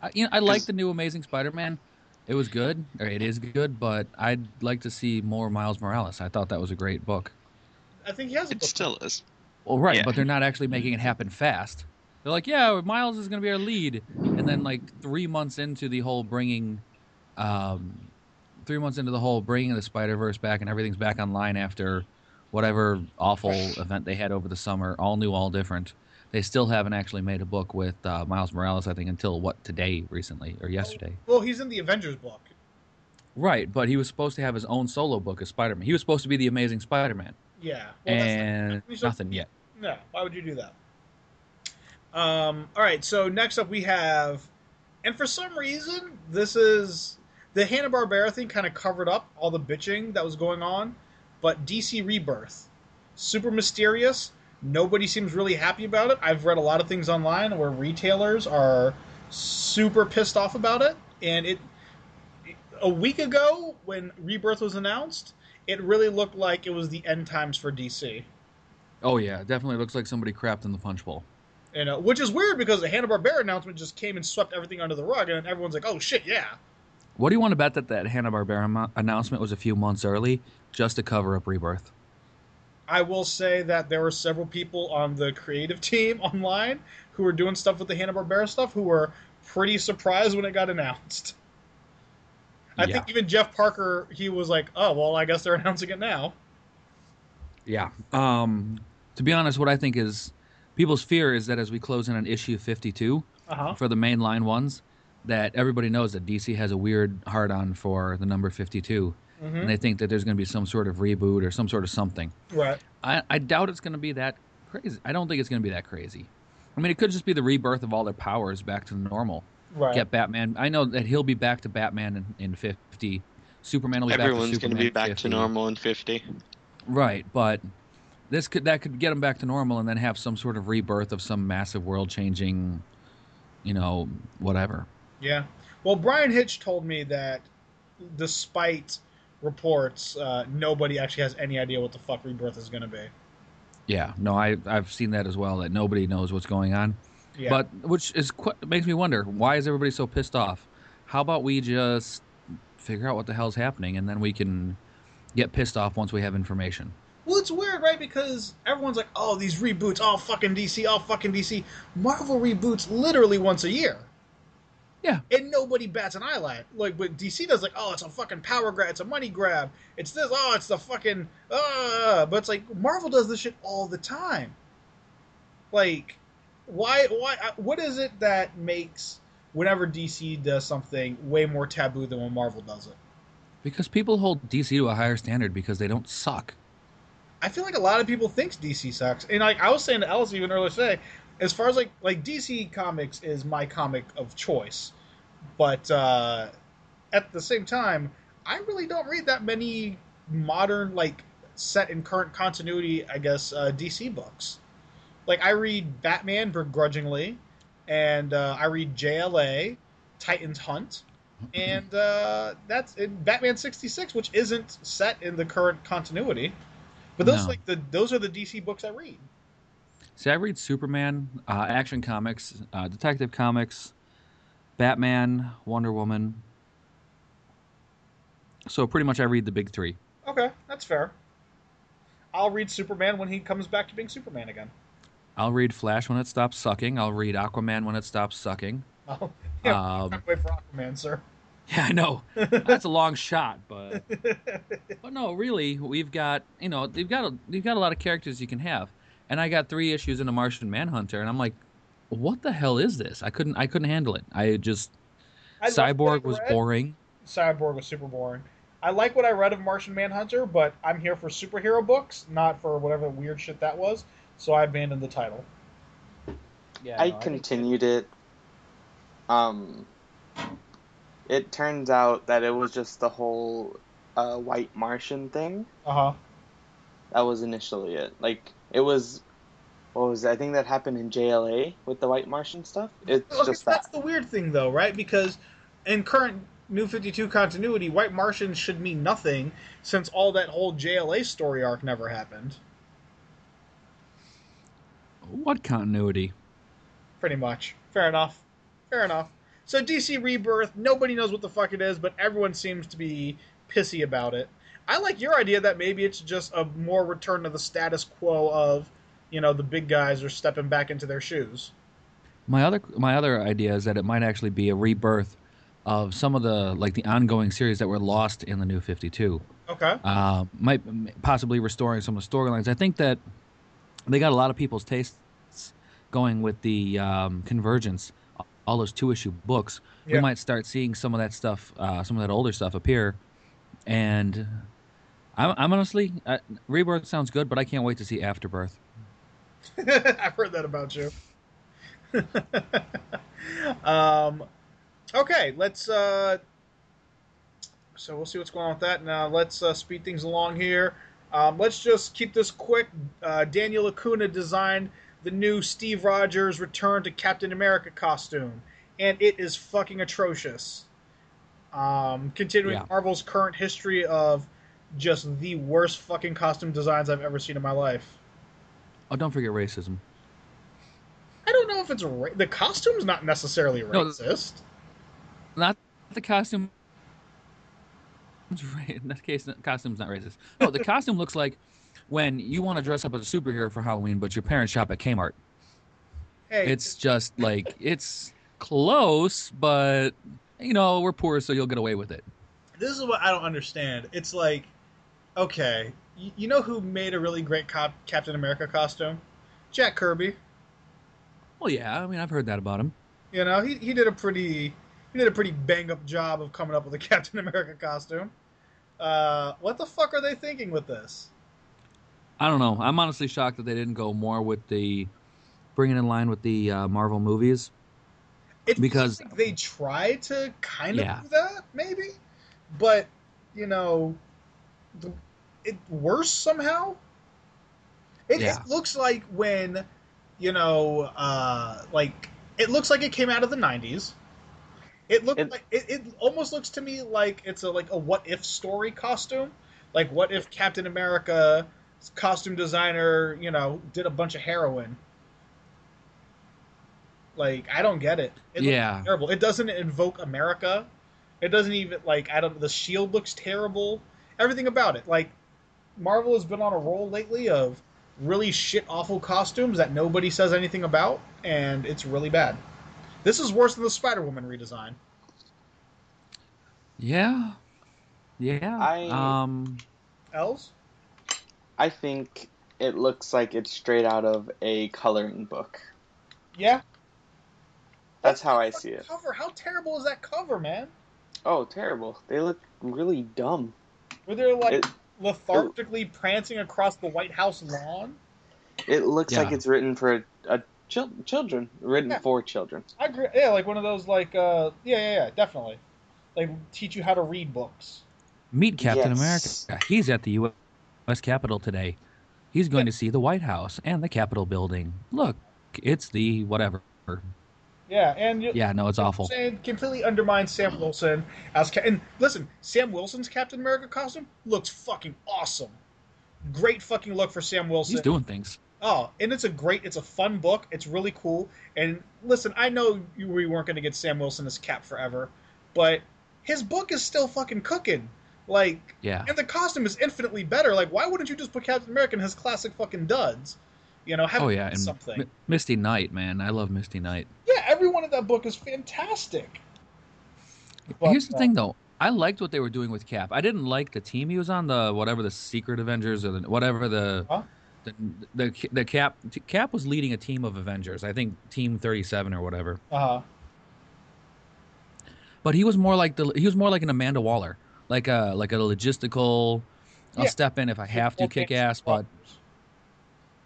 Speaker 3: I, you know, I like
Speaker 2: Cause-
Speaker 3: the new Amazing Spider-Man. It was good, or it is good, but I'd like to see more Miles Morales. I thought that was a great book.
Speaker 1: I think he has a
Speaker 2: It
Speaker 1: book.
Speaker 2: still is.
Speaker 3: Well, right,
Speaker 2: Yeah.
Speaker 3: but they're not actually making it happen fast. They're like, yeah, Miles is going to be our lead, and then like three months into the whole bringing, um, three months into the whole bringing the Spider Verse back and everything's back online after whatever awful event they had over the summer, all new, all different. They still haven't actually made a book with uh, Miles Morales, I think, until what today, recently or yesterday.
Speaker 1: Well, he's in the Avengers book.
Speaker 3: Right, but he was supposed to have his own solo book as Spider Man. He was supposed to be the Amazing Spider Man,
Speaker 1: Yeah. Well, that's
Speaker 3: and
Speaker 1: we should-
Speaker 3: nothing yet.
Speaker 1: No, why would you do that? Um, all right, so next up we have, and for some reason, this is the Hanna Barbera thing kind of covered up all the bitching that was going on, but DC Rebirth, super mysterious. Nobody seems really happy about it. I've read a lot of things online where retailers are super pissed off about it, and it. A week ago, when Rebirth was announced, it really looked like it was the end times for DC.
Speaker 3: Oh yeah, it definitely looks like somebody crapped in the punch bowl.
Speaker 1: You know, uh, which is weird because the Hanna Barbera announcement just came and swept everything under the rug, and everyone's like, "Oh shit, yeah."
Speaker 3: What do you want to bet that that Hanna Barbera mo- announcement was a few months early, just to cover up Rebirth?
Speaker 1: I will say that there were several people on the creative team online who were doing stuff with the Hanna Barbera stuff who were pretty surprised when it got announced. I
Speaker 3: Yeah.
Speaker 1: think even Jeff Parker, he was like, "Oh well, I guess they're announcing it now."
Speaker 3: Yeah. Um, to be honest, what I think is people's fear is that as we close in on issue 52
Speaker 1: Uh huh.
Speaker 3: for the mainline ones, that everybody knows that DC has a weird hard on for the number 52,
Speaker 1: hmm
Speaker 3: and they think that there's going to be some sort of reboot or some sort of something.
Speaker 1: Right.
Speaker 3: I, I doubt it's going to be that crazy. I don't think it's going to be that crazy. I mean, it could just be the rebirth of all their powers back to normal.
Speaker 1: Right.
Speaker 3: get Batman. I know that he'll be back to Batman in, in 50. Superman will be
Speaker 2: Everyone's
Speaker 3: back to
Speaker 2: going to
Speaker 3: Superman
Speaker 2: be back to
Speaker 3: 50.
Speaker 2: normal in 50.
Speaker 3: Right, but this could that could get him back to normal and then have some sort of rebirth of some massive world changing, you know, whatever.
Speaker 1: Yeah. Well, Brian Hitch told me that despite reports, uh, nobody actually has any idea what the fuck Rebirth is going to be.
Speaker 3: Yeah, no, I I've seen that as well that nobody knows what's going on.
Speaker 1: Yeah.
Speaker 3: But which is qu- makes me wonder why is everybody so pissed off? How about we just figure out what the hell's happening and then we can get pissed off once we have information.
Speaker 1: Well, it's weird, right? Because everyone's like, "Oh, these reboots, all fucking DC, all fucking DC." Marvel reboots literally once a year.
Speaker 3: Yeah.
Speaker 1: And nobody bats an eyelid. Like, but DC does like, "Oh, it's a fucking power grab, it's a money grab, it's this, oh, it's the fucking uh." But it's like Marvel does this shit all the time. Like, why, why, I- what is it that makes whenever DC does something way more taboo than when Marvel does it?
Speaker 3: Because people hold DC to a higher standard because they don't suck.
Speaker 1: I feel like a lot of people thinks DC sucks, and like I was saying to Alice even earlier today, as far as like like DC Comics is my comic of choice, but uh, at the same time, I really don't read that many modern like set in current continuity, I guess uh, DC books. Like I read Batman begrudgingly, and uh, I read JLA, Titans Hunt, and uh, that's in Batman sixty six, which isn't set in the current continuity. But those
Speaker 3: No.
Speaker 1: like the those are the DC books I read.
Speaker 3: See, I read Superman, uh, Action Comics, uh, Detective Comics, Batman, Wonder Woman. So pretty much I read the big three.
Speaker 1: Okay, that's fair. I'll read Superman when he comes back to being Superman again.
Speaker 3: I'll read Flash when it stops sucking. I'll read Aquaman when it stops sucking.
Speaker 1: I'll yeah,
Speaker 3: Um,
Speaker 1: wait for Aquaman, sir.
Speaker 3: yeah, I know that's a long shot, but but no, really, we've got you know you've got a, you've got a lot of characters you can have, and I got three issues in a Martian Manhunter, and I'm like, what the hell is this? I couldn't I couldn't handle it. I just
Speaker 1: I liked what
Speaker 3: Cyborg
Speaker 1: I
Speaker 3: was
Speaker 1: read.
Speaker 3: boring.
Speaker 1: Cyborg was super boring. I like what I read of Martian Manhunter, but I'm here for superhero books, not for whatever weird shit that was. So I abandoned the title. Yeah,
Speaker 5: I
Speaker 1: no, think-
Speaker 5: continued it. Um, it turns out that it was just the whole uh, white Martian thing.
Speaker 1: Uh-huh.
Speaker 5: That was initially it. Like it was, what was it? I think that happened in JLA with the white Martian stuff. It's
Speaker 1: Look,
Speaker 5: just
Speaker 1: that's
Speaker 5: that.
Speaker 1: the weird thing, though, right? Because in current New 52 continuity, White Martians should mean nothing since all that whole JLA story arc never happened,
Speaker 3: What continuity?
Speaker 1: pretty much. Fair enough. Fair enough. So DC Rebirth, nobody knows what the fuck it is, but everyone seems to be pissy about it. I like your idea that maybe it's just a more return to the status quo of, you know, the big guys are stepping back into their shoes.
Speaker 3: My other my other idea is that it might actually be a rebirth of some of the like the ongoing series that were lost in the New Fifty Two.
Speaker 1: Okay.
Speaker 3: Uh, might possibly restoring some of the storylines. I think that they got a lot of people's tastes going with the um, convergence, all those two issue books.
Speaker 1: Yeah.
Speaker 3: We might start seeing some of that stuff, uh, some of that older stuff appear. And I'm, I'm honestly, uh, Rebirth sounds good, but I can't wait to see Afterbirth.
Speaker 1: I've heard that about you. um, okay, let's. Uh, so we'll see what's going on with that. Now let's uh, speed things along here. Um, let's just keep this quick. Uh, Daniel Acuna designed the new Steve Rogers Return to Captain America costume, and it is fucking atrocious. Um, continuing
Speaker 3: Yeah.
Speaker 1: Marvel's current history of just the worst fucking costume designs I've ever seen in my life.
Speaker 3: Oh, don't forget racism.
Speaker 1: I don't know if it's ra- the costume's not necessarily
Speaker 3: No,
Speaker 1: racist.
Speaker 3: Not the costume. It's ra- In that case, the costume's not racist. No, the costume looks like when you want to dress up as a superhero for Halloween, but your parents shop at Kmart.
Speaker 1: hey,
Speaker 3: It's just like it's close, but you know we're poor, so you'll get away with it.
Speaker 1: this is what I don't understand. It's like, okay, you, you know who made a really great cop, Captain America costume? Jack Kirby.
Speaker 3: Well, yeah, I mean I've heard that about him.
Speaker 1: You know, he, he did a pretty he did a pretty bang up job of coming up with a Captain America costume. Uh, what the fuck are they thinking with this?
Speaker 3: I don't know. I'm honestly shocked that they didn't go more with the bringing in line with the uh, Marvel movies.
Speaker 1: It feels
Speaker 3: Because-
Speaker 1: like they try to kind of
Speaker 3: Yeah.
Speaker 1: do that, maybe, but you know, th- it worse somehow. It, it
Speaker 3: Yeah.
Speaker 1: looks like when you know, uh, like it looks like it came out of the '90s. It looked
Speaker 5: It-
Speaker 1: like it, it almost looks to me like it's a like a what if story costume. Like what if Captain America costume designer, you know, did a bunch of heroin? Like I don't get it. it looks
Speaker 3: yeah,
Speaker 1: terrible. It doesn't invoke America. It doesn't even like I don't. The shield looks terrible. Everything about it. Like Marvel has been on a roll lately of really shit awful costumes that nobody says anything about, and it's really bad. This is worse than the Spider Woman redesign.
Speaker 3: yeah, yeah.
Speaker 5: I-
Speaker 3: Um,
Speaker 1: Els,
Speaker 5: I think it looks like it's straight out of a coloring book.
Speaker 1: yeah,
Speaker 5: That's how I see it.
Speaker 1: Cover. How terrible is that cover, man?
Speaker 5: Oh, terrible! They look really dumb.
Speaker 1: Where they're like
Speaker 5: It-
Speaker 1: lethargically prancing across the White House lawn.
Speaker 5: It looks like
Speaker 3: Yeah.
Speaker 5: it's written for a, a chil- children, written
Speaker 1: Yeah.
Speaker 5: for children.
Speaker 1: I agree. Yeah, like one of those like uh yeah yeah yeah definitely, like teach you how to read books.
Speaker 3: meet Captain
Speaker 5: Yes.
Speaker 3: America. He's at the U.S. Capitol today. He's going to see the White House and the Capitol building. Look, it's the whatever.
Speaker 1: Yeah, and you,
Speaker 3: Yeah, no, it's awful.
Speaker 1: saying completely undermines Sam Wilson as ca- and listen, Sam Wilson's Captain America costume looks fucking awesome. Great fucking look for Sam Wilson.
Speaker 3: He's doing things.
Speaker 1: Oh, and it's a great, it's a fun book. It's really cool. And listen, I know you, we weren't going to get Sam Wilson as Cap forever, but his book is still fucking cooking. Like,
Speaker 3: Yeah,
Speaker 1: and the costume is infinitely better. Like, why wouldn't you just put Captain America in his classic fucking duds? You know, have
Speaker 3: Oh
Speaker 1: him
Speaker 3: yeah,
Speaker 1: do
Speaker 3: and
Speaker 1: something.
Speaker 3: Mi- Misty Knight, man, I love Misty Knight.
Speaker 1: yeah, everyone in that book is fantastic. But,
Speaker 3: Here's the
Speaker 1: uh,
Speaker 3: thing, though. I liked what they were doing with Cap. I didn't like the team he was on, the whatever the Secret Avengers or the, whatever the
Speaker 1: Huh?
Speaker 3: The, the the cap cap was leading a team of Avengers. I think Team Thirty Seven or whatever.
Speaker 1: Uh,
Speaker 3: But he was more like the he was more like an Amanda Waller, like a like a logistical. I'll
Speaker 1: Yeah.
Speaker 3: step in if I have to kick ass, but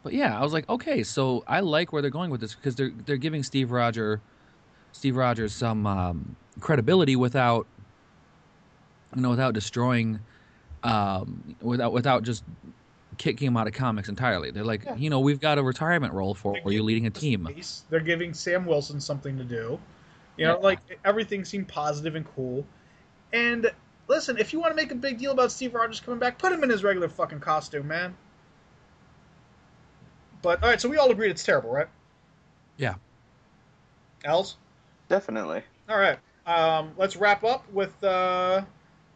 Speaker 3: but yeah, I was like, okay, so I like where they're going with this because they're they're giving Steve Roger, Steve Rogers some um, credibility without, you know, without destroying, um, without without just kicking him out of comics entirely. They're like,
Speaker 1: Yeah.
Speaker 3: you know, we've got a retirement role for you leading a team.
Speaker 1: Space. They're giving Sam Wilson something to do. You know,
Speaker 3: Yeah.
Speaker 1: like everything seemed positive and cool. And listen, if you want to make a big deal about Steve Rogers coming back, put him in his regular fucking costume, man. But all right, so we all agreed it's terrible, right?
Speaker 3: Yeah.
Speaker 1: Else,
Speaker 5: Definitely.
Speaker 1: all right. Um, let's wrap up with uh,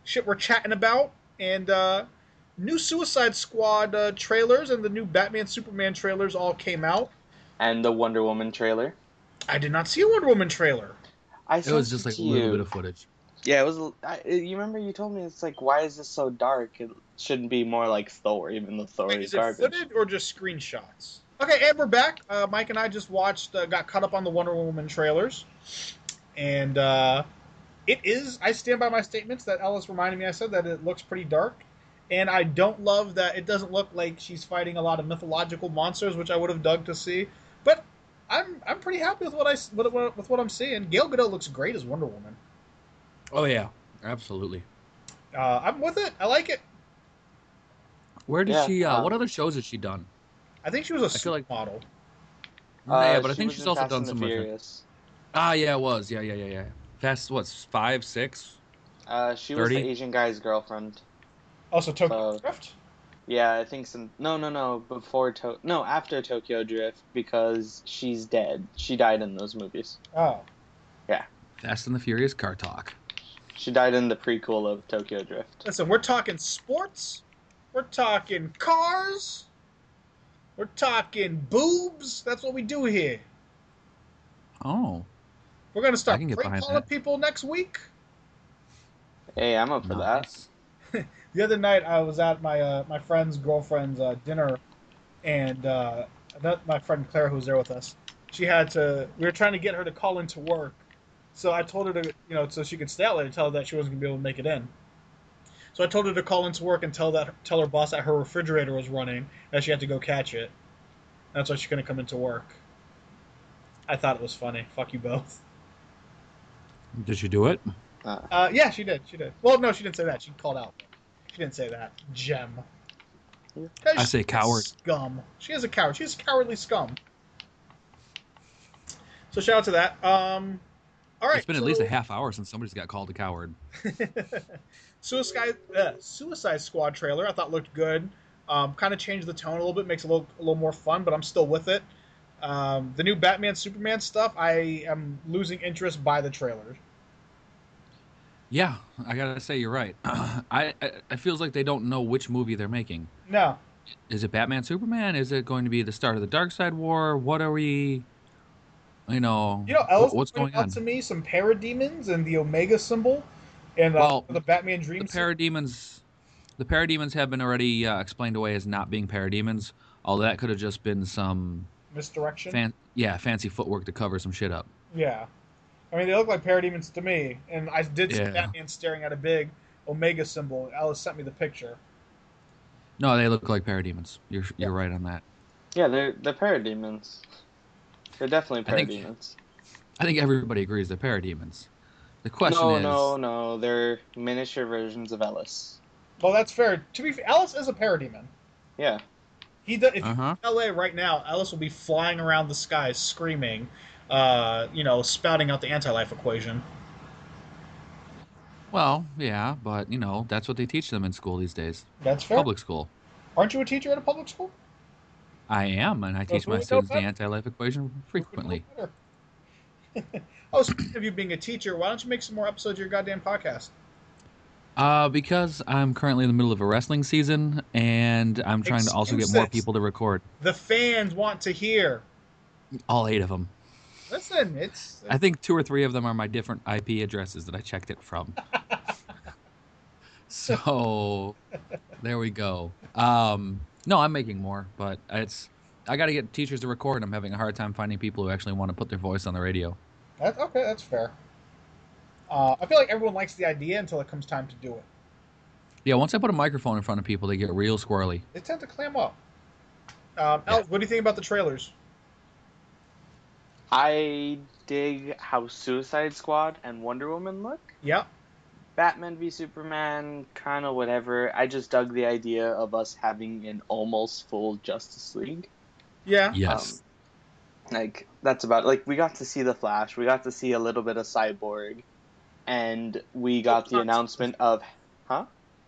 Speaker 1: shit we're chatting about and uh, new Suicide Squad uh, trailers and the new Batman Superman trailers all came out.
Speaker 5: And the Wonder Woman trailer.
Speaker 1: I did not see a Wonder Woman trailer.
Speaker 5: I
Speaker 3: It was just like a little bit of footage.
Speaker 5: Yeah, it was. I, you remember you told me it's like, why is this so dark? It shouldn't be more like Thor, even though Thor
Speaker 1: Wait,
Speaker 5: is
Speaker 1: is it
Speaker 5: Oh, garbage.
Speaker 1: footage or just screenshots? Okay, and we're back. Uh, Mike and I just watched, uh, got caught up on the Wonder Woman trailers, and uh, it is. I stand by my statements that Ellis reminded me. I said that it looks pretty dark, and I don't love that it doesn't look like she's fighting a lot of mythological monsters, which I would have dug to see. But I'm I'm pretty happy with what I s- with, what- with what I'm seeing. Gail Godot looks great as Wonder Woman.
Speaker 3: Oh yeah, absolutely.
Speaker 1: Uh, I'm with it. I like it.
Speaker 3: Where did
Speaker 5: Yeah,
Speaker 3: she? Uh,
Speaker 5: um,
Speaker 3: what other shows has she done?
Speaker 1: I think she was a
Speaker 3: feel like-
Speaker 1: supermodel.
Speaker 5: Uh,
Speaker 3: yeah, but I
Speaker 5: she
Speaker 3: think
Speaker 5: was
Speaker 3: she's
Speaker 5: in
Speaker 3: also
Speaker 5: Fast
Speaker 3: done
Speaker 5: and the
Speaker 3: some. other-
Speaker 5: Furious.
Speaker 3: Ah, yeah, it was. Yeah, yeah, yeah, yeah. Fast, what's five, six?
Speaker 5: Uh, she was the
Speaker 3: 30?
Speaker 5: Asian guy's girlfriend.
Speaker 1: Also, Tokyo
Speaker 5: Uh,
Speaker 1: Drift.
Speaker 5: Yeah, I think some. No, no, no. Before to no after Tokyo Drift because she's dead. She died in those movies.
Speaker 1: Oh,
Speaker 3: Fast and the Furious car talk.
Speaker 5: She died in the prequel of Tokyo Drift.
Speaker 1: Listen, we're talking sports. We're talking cars. We're talking boobs. That's what we do here.
Speaker 3: Oh,
Speaker 1: We're gonna
Speaker 3: I
Speaker 1: start
Speaker 3: can get
Speaker 1: prank
Speaker 3: behind
Speaker 1: calling
Speaker 3: that.
Speaker 1: people next week.
Speaker 5: Hey, I'm up for that.
Speaker 3: nice.
Speaker 1: The other night, I was at my uh, my friend's girlfriend's uh, dinner, and uh, that- my friend Claire, who was there with us, she had to. We were trying to get her to call into work, so I told her to, you know, so she could stay out late and tell her that she wasn't gonna be able to make it in. So I told her to call into work and tell that tell her boss that her refrigerator was running that she had to go catch it. That's why she couldn't come into work. I thought it was funny. Fuck you both.
Speaker 3: Did you do it?
Speaker 1: Uh, yeah, she did. She did. Well, no, she didn't say that. She called out. She didn't say that. Gem.
Speaker 3: I say coward.
Speaker 1: Scum. She is a coward. She's a cowardly scum. So shout out to that. Um, all right.
Speaker 3: it's been at
Speaker 1: so-
Speaker 3: least a half hour since somebody's got called a coward.
Speaker 1: Suicide uh, Suicide Squad trailer I thought looked good. Um, kind of changed the tone a little bit, makes it a little, a little more fun, but I'm still with it. Um, the new Batman Superman stuff, I am losing interest by the trailer.
Speaker 3: Yeah, I gotta say you're right. I, I it feels like they don't know which movie they're making.
Speaker 1: No,
Speaker 3: Is it Batman Superman? Is it going to be the start of the Dark Side War? What are we? You know,
Speaker 1: you know,
Speaker 3: wh-
Speaker 1: Ellis
Speaker 3: what's
Speaker 1: pointed
Speaker 3: going on?
Speaker 1: out to me some parademons and the Omega symbol, and uh,
Speaker 3: Well,
Speaker 1: the Batman
Speaker 3: The
Speaker 1: Dream. symbol.
Speaker 3: parademons, the parademons have been already uh, explained away as not being parademons. All that could have just been some
Speaker 1: misdirection.
Speaker 3: fan, yeah, fancy footwork to cover some shit up.
Speaker 1: Yeah. I mean, they look like parademons to me, and I did see
Speaker 3: Yeah.
Speaker 1: Batman staring at a big Omega symbol. Alice sent me the picture.
Speaker 3: No, they look like parademons. You're you're right on that.
Speaker 5: Yeah, they're they're parademons. They're definitely
Speaker 3: I think-
Speaker 5: parademons.
Speaker 3: I think everybody agrees they're parademons. The question
Speaker 5: no,
Speaker 3: is,
Speaker 5: no, no. They're miniature versions of Ellis.
Speaker 1: Well, that's fair. To be fair, Alice is a parademon.
Speaker 5: Yeah.
Speaker 1: He does, if
Speaker 3: uh huh.
Speaker 1: you're in LA right now, Alice will be flying around the sky screaming, uh, you know, spouting out the anti life equation.
Speaker 3: Well, yeah, but you know that's what they teach them in school these days.
Speaker 1: That's fair.
Speaker 3: Public school.
Speaker 1: Aren't you a teacher at a public school?
Speaker 3: I am, and I teach
Speaker 1: who
Speaker 3: my
Speaker 1: would know
Speaker 3: students the
Speaker 1: better?
Speaker 3: anti-life equation frequently.
Speaker 1: oh, speaking of you being a teacher, why don't you make some more episodes of your goddamn podcast?
Speaker 3: Uh, because I'm currently in the middle of a wrestling season, and I'm trying to also get more
Speaker 1: Excuses.
Speaker 3: people to record.
Speaker 1: The fans want to hear.
Speaker 3: All eight of them.
Speaker 1: Listen, it's.
Speaker 3: I think two or three of them are my different IP addresses that I checked it from. so there we go. Um, No, I'm making more, but it's I got to get teachers to record. and I'm having a hard time finding people who actually want to put their voice on the radio.
Speaker 1: That's okay. That's fair. Uh, I feel like everyone likes the idea until it comes time to do it.
Speaker 3: Yeah, once I put a microphone in front of people, they get real squirrely.
Speaker 1: They tend to clam up. Um, Alex, what do you think about the trailers?
Speaker 5: I dig how Suicide Squad and Wonder Woman look.
Speaker 1: Yeah,
Speaker 5: Batman v Superman, kind of whatever. I just dug the idea of us having an almost full Justice League.
Speaker 1: yeah.
Speaker 3: Yes.
Speaker 5: Um, like that's about like we got to see the Flash, we got to see a little bit of Cyborg, and we got the
Speaker 1: Concept.
Speaker 5: announcement of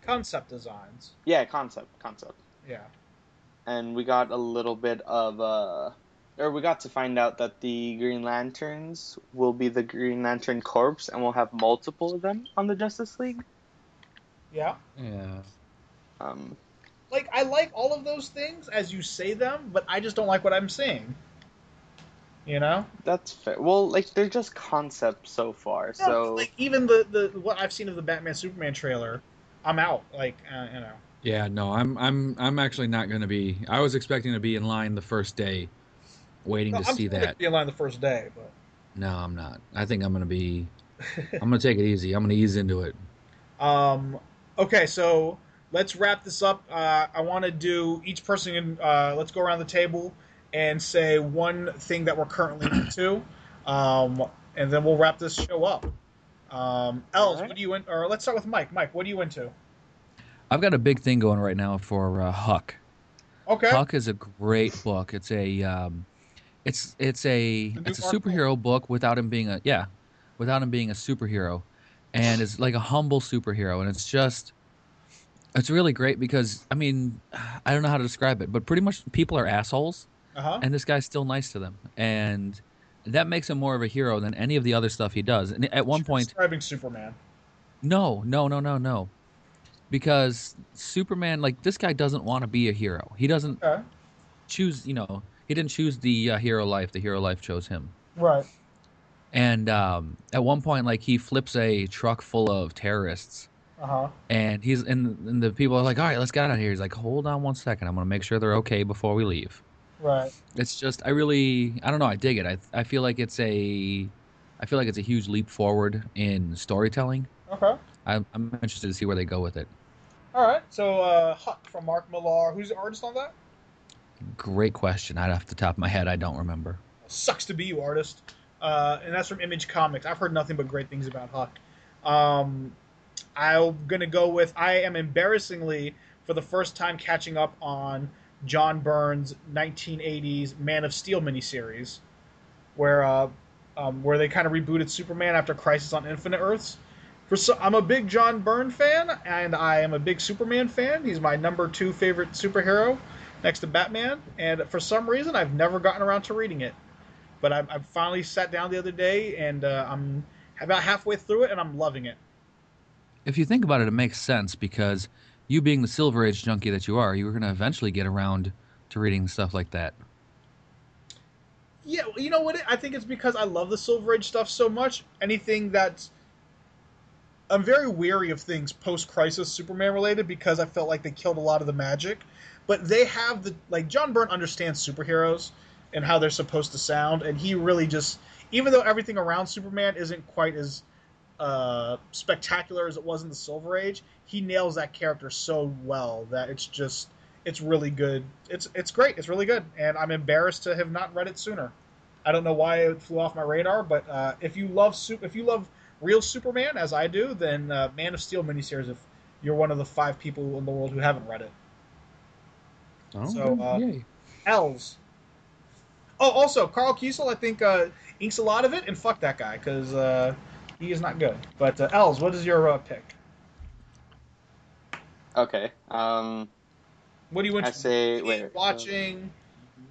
Speaker 1: Concept designs.
Speaker 5: yeah concept concept,
Speaker 1: Yeah,
Speaker 5: and we got a little bit of uh, or we got to find out that the Green Lanterns will be the Green Lantern Corps, and we'll have multiple of them on the Justice League.
Speaker 1: yeah.
Speaker 3: yeah.
Speaker 5: Um,
Speaker 1: Like I like all of those things as you say them, but I just don't like what I'm seeing. You know.
Speaker 5: that's fair. Well, like they're just concepts so far,
Speaker 1: No,
Speaker 5: so
Speaker 1: like even the, the what I've seen of the Batman Superman trailer, I'm out. Like uh, you know.
Speaker 3: Yeah, no, I'm I'm I'm actually not going to be. I was expecting to be in line the first day, waiting
Speaker 1: No,
Speaker 3: to
Speaker 1: I'm
Speaker 3: see
Speaker 1: still
Speaker 3: that.
Speaker 1: gonna Be in line the first day, but
Speaker 3: No, I'm not. I think I'm going to be. I'm going to take it easy. I'm going to ease into it.
Speaker 1: Um, okay, so let's wrap this up. Uh, I want to do each person. In, uh, let's go around the table and say one thing that we're currently into, um, and then we'll wrap this show up. Um, Els,
Speaker 5: Alright.
Speaker 1: what do you in? Or let's start with Mike. Mike, what are you into?
Speaker 3: I've got a big thing going right now for uh, Huck.
Speaker 1: Okay,
Speaker 3: Huck is a great book. It's a um, it's it's a
Speaker 1: The new
Speaker 3: it's a
Speaker 1: Marvel.
Speaker 3: superhero book without him being a yeah, without him being a superhero, and it's like a humble superhero, and it's just it's really great because I mean I don't know how to describe it, but pretty much people are assholes,
Speaker 1: uh huh.
Speaker 3: and this guy's still nice to them, and that makes him more of a hero than any of the other stuff he does. And at one point,
Speaker 1: describing Superman.
Speaker 3: no, no, no, no, no. Because Superman, like this guy, doesn't want to be a hero. He doesn't
Speaker 1: Okay,
Speaker 3: choose you know he didn't choose the uh, hero life the hero life chose him
Speaker 1: right.
Speaker 3: and um, at one point like he flips a truck full of terrorists
Speaker 1: Uh huh.
Speaker 3: and he's and, and the people are like all right let's get out of here he's like hold on one second i'm gonna make sure they're okay before we leave
Speaker 1: Right.
Speaker 3: it's just i really i don't know i dig it i, I feel like it's a i feel like it's a huge leap forward in storytelling
Speaker 1: Okay.
Speaker 3: I'm, I'm interested to see where they go with it
Speaker 1: All right. So uh, Huck from Mark Millar. Who's the artist on that?
Speaker 3: great question i'd off the top of my head i don't remember
Speaker 1: Sucks to be you, artist. Uh, and that's from Image Comics. I've heard nothing but great things about Huck. Um, I'm gonna go with I am embarrassingly for the first time catching up on John Burns' 1980s Man of Steel miniseries, where uh, um, where they kind of rebooted Superman after Crisis on Infinite Earths. For so, I'm a big John Byrne fan, and I am a big Superman fan. He's my number two favorite superhero, next to Batman. And for some reason, I've never gotten around to reading it, but I, I finally sat down the other day, and uh, I'm about halfway through it, and I'm loving it.
Speaker 3: if you think about it, it makes sense because you being the Silver Age junkie that you are, you were going to eventually get around to reading stuff like that.
Speaker 1: Yeah, well, you know what? I think it's because I love the Silver Age stuff so much. Anything that's I'm very weary of things post-crisis Superman related because I felt like they killed a lot of the magic. But they have the like John Byrne understands superheroes and how they're supposed to sound, and he really just even though everything around Superman isn't quite as uh, spectacular as it was in the Silver Age, he nails that character so well that it's just it's really good. It's it's great. It's really good, and I'm embarrassed to have not read it sooner. I don't know why it flew off my radar, but uh, if you love sup- if you love real Superman as I do, then uh, Man of Steel miniseries. If you're one of the five people in the world who haven't read it, So, uh, L's. Oh, also Carl Kiesel, I think uh, inks a lot of it, and fuck that guy because uh, he is not good. But uh, L's, what is your uh, pick?
Speaker 5: okay. Um,
Speaker 1: What do you
Speaker 5: I
Speaker 1: want?
Speaker 5: say wait.
Speaker 2: uh,
Speaker 1: watching,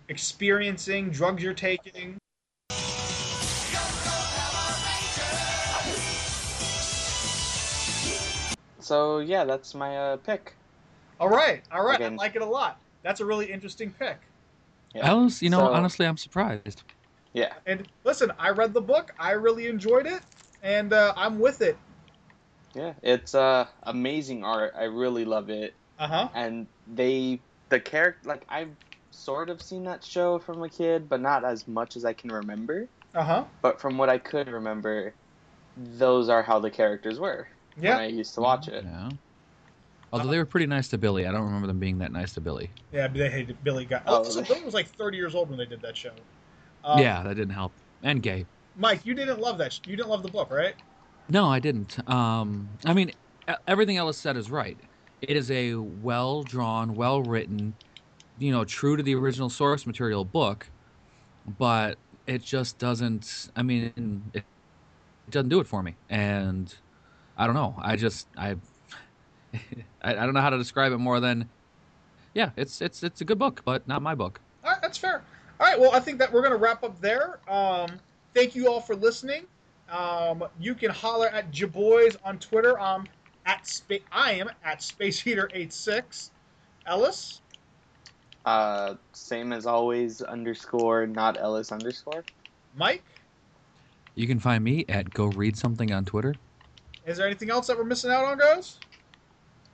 Speaker 1: experiencing, drugs you're taking.
Speaker 5: So yeah, that's my uh, pick.
Speaker 1: All right, all right, I
Speaker 5: Again.
Speaker 1: like it a lot. That's a really interesting pick.
Speaker 5: Yeah.
Speaker 3: Alice, you know,
Speaker 5: So-
Speaker 3: honestly, I'm surprised.
Speaker 5: Yeah.
Speaker 1: And listen, I read the book. I really enjoyed it, and uh, I'm with it.
Speaker 5: Yeah, it's uh, amazing art. I really love it,
Speaker 1: Uh huh.
Speaker 5: and they
Speaker 2: the character like I've sort of seen that show from a kid, but not as much as I can remember.
Speaker 1: Uh huh.
Speaker 2: But from what I could remember, those are how the characters were when
Speaker 1: Yeah.
Speaker 2: I used to watch it.
Speaker 3: Yeah. Although they were pretty nice to Billy, I don't remember them being that nice to Billy.
Speaker 1: Yeah, but they hated Billy Guy.
Speaker 2: Oh,
Speaker 1: Oh, so
Speaker 2: they-
Speaker 1: Billy was like 30 years old when they did that show. Um,
Speaker 3: yeah, that didn't help. And gay.
Speaker 1: Mike, you didn't love that. Sh- you didn't love the book, right?
Speaker 3: No, I didn't. Um, I mean, e- everything Ellis said is right. It is a well drawn, well written, you know, true to the original source material book, but it just doesn't. I mean, it, it doesn't do it for me. And I don't know. I just I, I I don't know how to describe it more than, yeah, it's it's it's a good book, but not my book.
Speaker 1: All right, that's fair. All right, well, I think that we're going to wrap up there. Um, thank you all for listening. Um, you can holler at Jaboys on Twitter. Um, at spa- I am at Space Heater 86. Ellis,
Speaker 2: Uh, same as always, underscore not Ellis underscore.
Speaker 1: Mike,
Speaker 3: You can find me at Go Read Something on Twitter.
Speaker 1: is there anything else that we're missing out on, guys?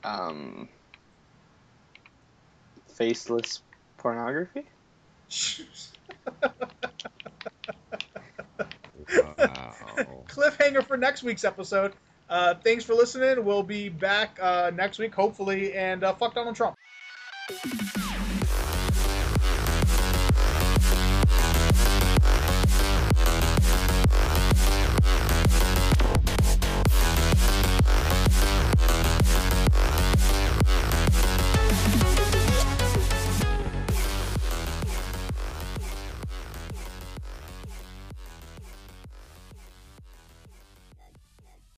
Speaker 2: Um, faceless pornography.
Speaker 6: Wow.
Speaker 1: Cliffhanger for next week's episode. Uh, thanks for listening. We'll be back uh, next week, hopefully, and uh, fuck Donald Trump.